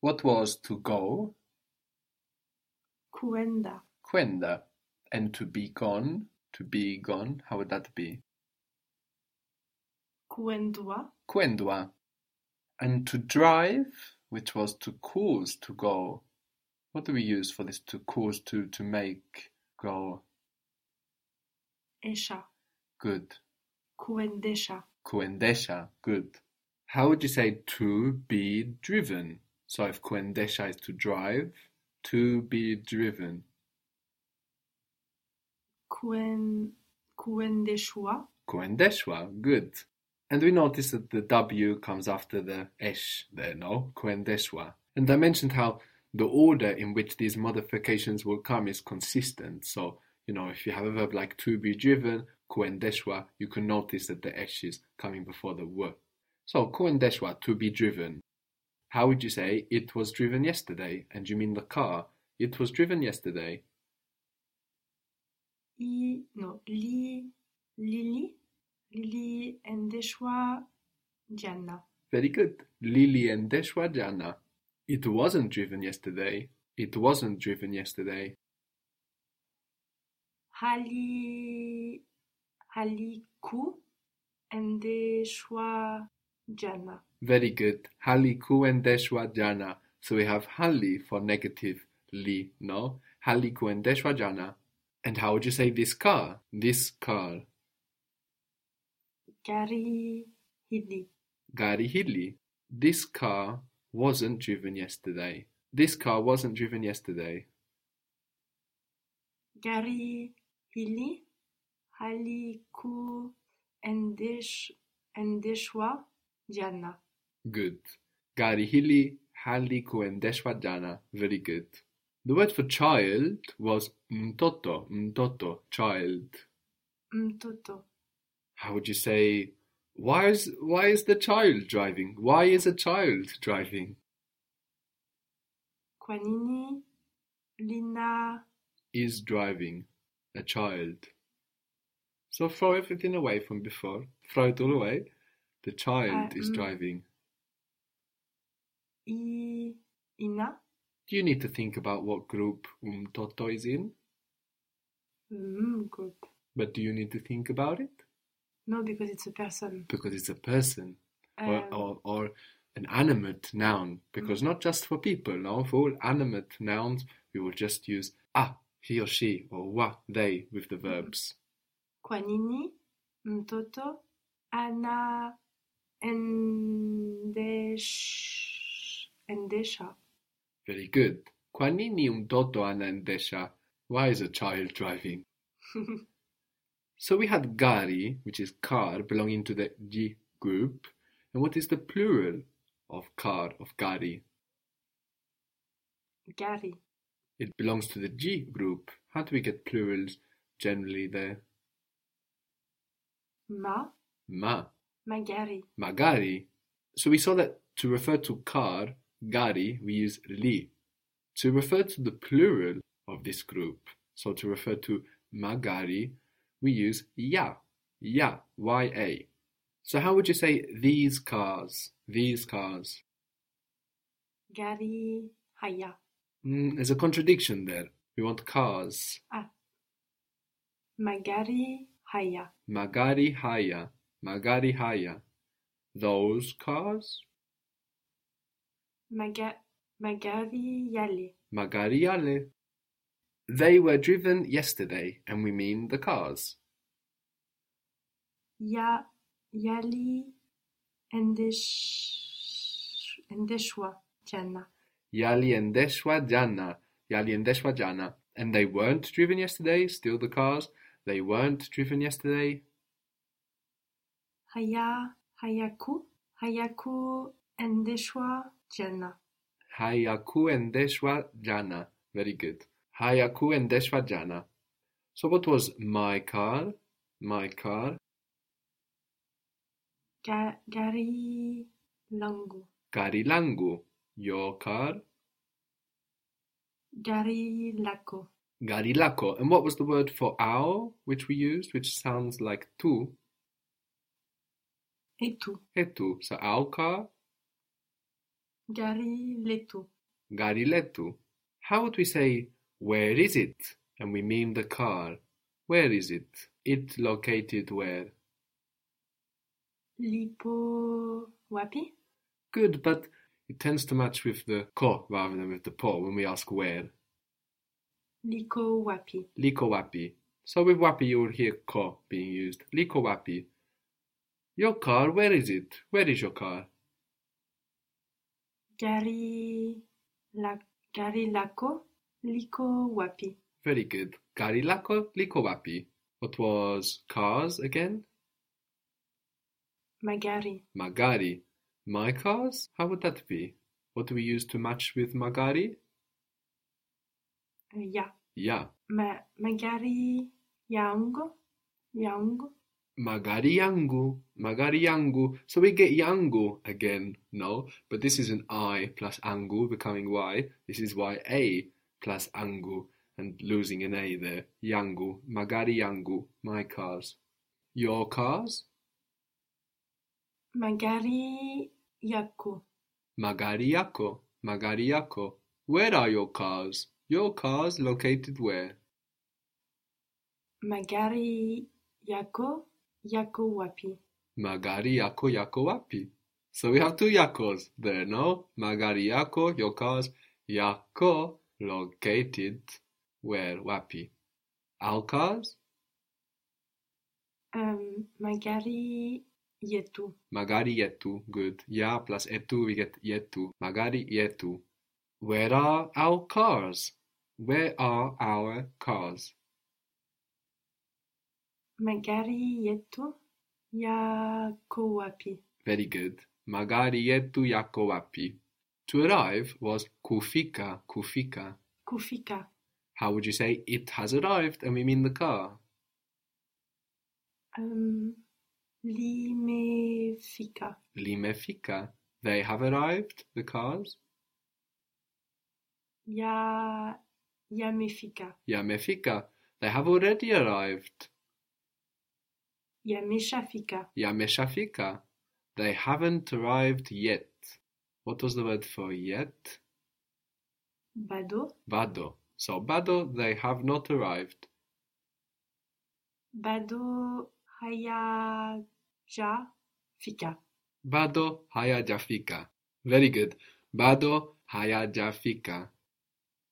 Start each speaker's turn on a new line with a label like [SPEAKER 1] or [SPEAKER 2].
[SPEAKER 1] What was to go?
[SPEAKER 2] Cuenda.
[SPEAKER 1] Quenda. And to be gone? To be gone? How would that be?
[SPEAKER 2] Cuendua.
[SPEAKER 1] Quendua. And to drive, which was to cause to go. What do we use for this to cause to, to make go?
[SPEAKER 2] Esha.
[SPEAKER 1] Good.
[SPEAKER 2] Cuendesha.
[SPEAKER 1] Quendesha. Good. How would you say to be driven? So if quendesha is to drive, to be driven.
[SPEAKER 2] Cuen. Cuendeshua.
[SPEAKER 1] Quendeshwa. Good. And we notice that the W comes after the esh there, no? Quendeshwa. And I mentioned how the order in which these modifications will come is consistent. So, you know, if you have a verb like to be driven, kuendeshwa, you can notice that the esh is coming before the word. So, kuendeshwa, to be driven. How would you say it was driven yesterday? And you mean the car? It was driven yesterday.
[SPEAKER 2] I. No. Li. Lili. Lili endeshua. Diana.
[SPEAKER 1] Very good. Lili and Deshwa Jana. It wasn't driven yesterday. It wasn't driven yesterday.
[SPEAKER 2] Hali. Haliku. Endeshua. Diana.
[SPEAKER 1] Very good. Hali kuendeshwa jana. So we have hali for negative li, no? Hali kuendeshwa jana. And how would you say this car? This car.
[SPEAKER 2] Gari. Hili.
[SPEAKER 1] Gari hili. This car wasn't driven yesterday. This car wasn't driven yesterday.
[SPEAKER 2] Gari. Hili. Haliku. Endesh. Endeshua. Diana.
[SPEAKER 1] Good. Gari hili hali kuendeshwa jana. Very good. The word for child was mtoto, mtoto, child.
[SPEAKER 2] Mtoto.
[SPEAKER 1] How would you say, why is, why is the child driving? Why is a child driving?
[SPEAKER 2] Quanini. Lina.
[SPEAKER 1] Is driving a child. So throw everything away from before. Throw it all away. The child
[SPEAKER 2] Uh,
[SPEAKER 1] is
[SPEAKER 2] mm.
[SPEAKER 1] driving.
[SPEAKER 2] I. Ina.
[SPEAKER 1] Do you need to think about what group mtoto is in?
[SPEAKER 2] Mm, good.
[SPEAKER 1] But do you need to think about it?
[SPEAKER 2] No, because it's a person.
[SPEAKER 1] Because it's a person. or,
[SPEAKER 2] Um,
[SPEAKER 1] or, or an animate noun because not just for people no for all animate nouns we will just use ah he or she or wa they with the verbs
[SPEAKER 2] Kwanini, mtoto, ana, endesh, endesha,
[SPEAKER 1] very good kwa nini mtoto anaendesha why is a child driving so we had gari which is car belonging to the g group and what is the plural of car of gari
[SPEAKER 2] gari,
[SPEAKER 1] it belongs to the g group how do we get plurals generally there
[SPEAKER 2] ma,
[SPEAKER 1] ma
[SPEAKER 2] magari,
[SPEAKER 1] magari. So we saw that to refer to car, gari, we use li. To refer to the plural of this group, so to refer to magari, we use ya, ya, ya. So how would you say these cars, these cars?
[SPEAKER 2] gari, haya,
[SPEAKER 1] Mm, there's a contradiction there. We want cars.
[SPEAKER 2] Ah. magari, haya,
[SPEAKER 1] Magari haya, magari haya. Those cars?
[SPEAKER 2] maga, magari, yale,
[SPEAKER 1] Magariale. They were driven yesterday, and we mean the cars.
[SPEAKER 2] ya, yali, endesh, endeshwa, jana,
[SPEAKER 1] Yaliendeshwa jana, Yaliendeshwa jana. And they weren't driven yesterday, still the cars. They weren't driven yesterday.
[SPEAKER 2] haya, hayaku, hayaku, endeshwa, jana.
[SPEAKER 1] Hayaku endeshwa jana. Very good. Hayaku endeshwa jana. So what was my car? My car.
[SPEAKER 2] Ga- Gari langu.
[SPEAKER 1] Garilangu. Your car.
[SPEAKER 2] Gari lako.
[SPEAKER 1] Garilako. And what was the word for our, which we used, which sounds like tu?
[SPEAKER 2] Etu.
[SPEAKER 1] Etu. So our car.
[SPEAKER 2] Gari letu.
[SPEAKER 1] Gariletu. How would we say, where is it? And we mean the car. Where is it? It located where?
[SPEAKER 2] Lipo wapi?
[SPEAKER 1] Good, but it tends to match with the ko rather than with the po when we ask where.
[SPEAKER 2] Liko wapi.
[SPEAKER 1] Liko wapi. So with wapi you will hear ko being used. Liko wapi. Your car, where is it? Where is your car?
[SPEAKER 2] Gari la gari lako. Liko wapi.
[SPEAKER 1] Very good. Gari lako, liko wapi. What was cars again?
[SPEAKER 2] Magari.
[SPEAKER 1] Magari. My cars? How would that be? What do we use to match with magari?
[SPEAKER 2] Uh, ya.
[SPEAKER 1] Yeah.
[SPEAKER 2] Ma magari yaungo. Yaungo.
[SPEAKER 1] Magari yangu, magari yangu. So we get yangu again, no? But this is an I plus angu becoming Y. This is YA plus angu and losing an A there. Yangu, magari yangu, my cars. Your cars?
[SPEAKER 2] Magari yako.
[SPEAKER 1] Magari yako, magari yako. Where are your cars? Your cars located where?
[SPEAKER 2] Magari yako. Yako wapi.
[SPEAKER 1] Magari yako yako wapi? So we have two yakos there, no? Magari yako, your cars, yako, located where? Wapi. Our cars?
[SPEAKER 2] Um, magari yetu.
[SPEAKER 1] Magari yetu, good. Ya plus etu, we get yetu. Magari yetu. Where are our cars? Where are our cars?
[SPEAKER 2] Magari yetu. Yako wapi.
[SPEAKER 1] Very good. Magari yetu yako wapi? To arrive was kufika, kufika.
[SPEAKER 2] Kufika.
[SPEAKER 1] How would you say it has arrived and we mean the car?
[SPEAKER 2] Um, limefika.
[SPEAKER 1] Limefika. They have arrived, the cars.
[SPEAKER 2] Ya, yamefika.
[SPEAKER 1] Yamefika. They have already arrived.
[SPEAKER 2] Yameshafika.
[SPEAKER 1] Yameshafika. They haven't arrived yet. What was the word for yet?
[SPEAKER 2] Bado.
[SPEAKER 1] Bado. So bado, they have not arrived.
[SPEAKER 2] Bado hayajafika.
[SPEAKER 1] Bado hayajafika. Very good. Bado hayajafika.